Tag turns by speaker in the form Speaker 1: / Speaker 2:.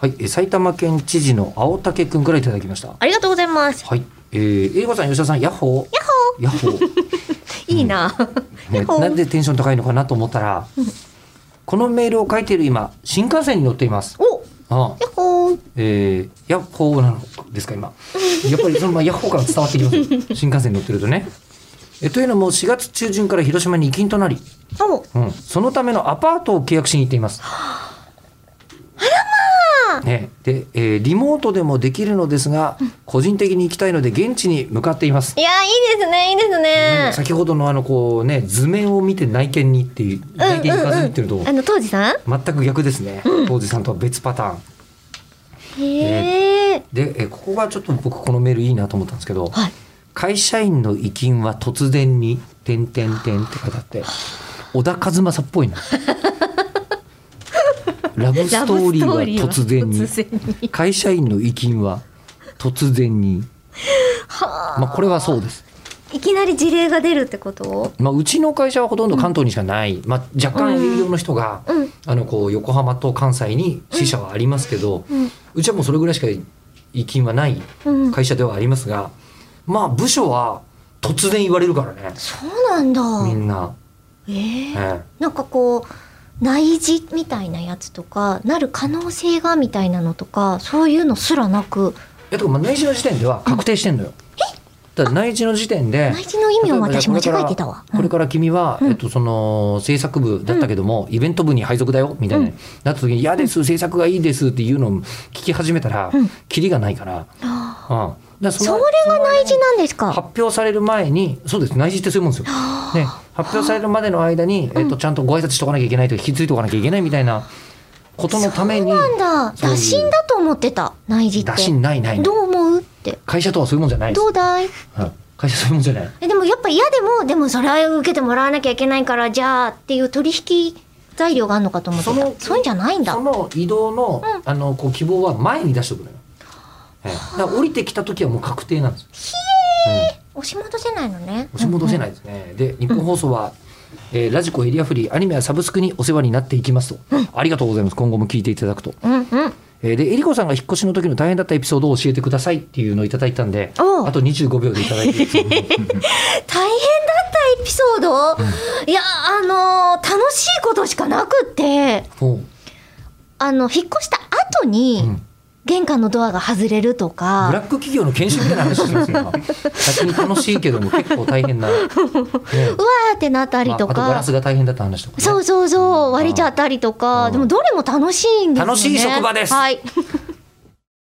Speaker 1: はい、え埼玉県知事の青竹くんからいただきました。
Speaker 2: ありがとうございます。
Speaker 1: はい、えー、英語さん、吉田さん、ヤッホー。ヤッホー。
Speaker 2: いいな。
Speaker 1: ね
Speaker 2: ヤッホー
Speaker 1: なんでテンション高いのかなと思ったら、このメールを書いている今、新幹線に乗っています。
Speaker 2: お、
Speaker 1: ああ
Speaker 2: やっほー。
Speaker 1: えー、ヤッホーなのですか、今。やっぱりそのままヤッホー感伝わってきますよ。新幹線に乗ってるとね。えというのも、4月中旬から広島に移勤となり、
Speaker 2: お、
Speaker 1: うん、そのためのアパートを契約しに行っています。あらまあ、ね、で、えーリモートでもできるのですが、個人的に行きたいので現地に向かっています。
Speaker 2: いやいいですねいいです
Speaker 1: うん
Speaker 2: ね。
Speaker 1: 先ほどのあのこうね図面を見て内見にっていう内見行かずにっていうの
Speaker 2: あ
Speaker 1: と
Speaker 2: の当時さん？
Speaker 1: 全く逆ですね、当時さんとは別パターン
Speaker 2: へえ。
Speaker 1: でえここがちょっと僕このメールいいなと思ったんですけど
Speaker 2: はい。
Speaker 1: 会社員の遺金は突然に「てんてんてん」って書いてあって小田和正っぽ いなラブストーリーは突然に
Speaker 2: 突然に。
Speaker 1: 会社員の遺金は突然に
Speaker 2: はあ。
Speaker 1: まあこれはそうです
Speaker 2: いきなり事例が出るってこと？
Speaker 1: まあ、うちの会社はほとんど関東にしかない、まあ、若干有料の人が、
Speaker 2: うん
Speaker 1: あのこう横浜と関西に支社はありますけど、う
Speaker 2: うん
Speaker 1: ちはもうそれぐらいしか遺金はない
Speaker 2: うん。
Speaker 1: 会社ではありますが、まあ部署は突然言われるからね
Speaker 2: そうなん
Speaker 1: み
Speaker 2: だ。
Speaker 1: んな、
Speaker 2: ええ。
Speaker 1: え
Speaker 2: なんかこう内耳みたいなやつとかなる可能性がみたいなのとかそういうのすらなく
Speaker 1: え、とかまあ内示の時点では確定してんのよ。だから内示の時点で
Speaker 2: 内耳の意味を私間
Speaker 1: 例えばじゃあ
Speaker 2: 違えてたわ。
Speaker 1: これから君は、えっと、その制作部だったけども、イベント部に配属だよみたいな、
Speaker 2: うん
Speaker 1: なった時に「嫌です制作がいいです」っていうのを聞き始めたら、
Speaker 2: うん
Speaker 1: キリがないから。
Speaker 2: あ
Speaker 1: うん、だから
Speaker 2: ーそ
Speaker 1: そ
Speaker 2: れ
Speaker 1: の
Speaker 2: が内耳なんですか。
Speaker 1: 発表される前にそうです内示ってそういうもんですよ、ね、発表されるまでの間に、えっとちゃんとご挨拶しとかなきゃいけないとか引き継いでおかなきゃいけないみたいなことのために
Speaker 2: そうなんだ
Speaker 1: そういう
Speaker 2: 打診だと思ってた内耳って
Speaker 1: 打診ないない
Speaker 2: どう思うって
Speaker 1: 会社とはそういうもんじゃないです
Speaker 2: どうだい
Speaker 1: はい会社そういうもんじゃない
Speaker 2: えでもやっぱ嫌でもでもそれは受けてもらわなきゃいけないからじゃあっていう取引材料があるのかと思ってた
Speaker 1: その
Speaker 2: そういうんじゃないんだ
Speaker 1: その移動の,、
Speaker 2: うん
Speaker 1: あのこう希望は前に出しておくのよ、ええだから降りてきた時はもう確定なんですよええ
Speaker 2: 押し戻せないのね
Speaker 1: 押し戻せ
Speaker 2: い、
Speaker 1: ないですね。で、日本放送は、えーラジコエリアフリー、アニメやサブスクにお世話になっていきますと。ありがとうございます。今後も聞いていただくと。
Speaker 2: うんうんうん、
Speaker 1: えーで、えりこさんが引っ越しの時の大変だったエピソードを教えてくださいっていうのをいただいたんで、
Speaker 2: おう
Speaker 1: あと25秒でいただいていいで すか
Speaker 2: 大変だったエピソード、いやあのー楽しいことしかなくって
Speaker 1: もう、
Speaker 2: あの引っ越した後
Speaker 1: う
Speaker 2: に
Speaker 1: ん
Speaker 2: 玄関のドアが外れるとか、
Speaker 1: ブラック企業の研修みたいな話してます よ、今先に楽しいけども結構大変な。ね
Speaker 2: うわーってなったり
Speaker 1: まあ、あ
Speaker 2: と
Speaker 1: と
Speaker 2: か、
Speaker 1: ガラスが大変だった話とか、ね。
Speaker 2: そうそうそう割れちゃったりとか、
Speaker 1: うん
Speaker 2: でもどれも楽しいんですよね
Speaker 1: 楽しい職場です
Speaker 2: はい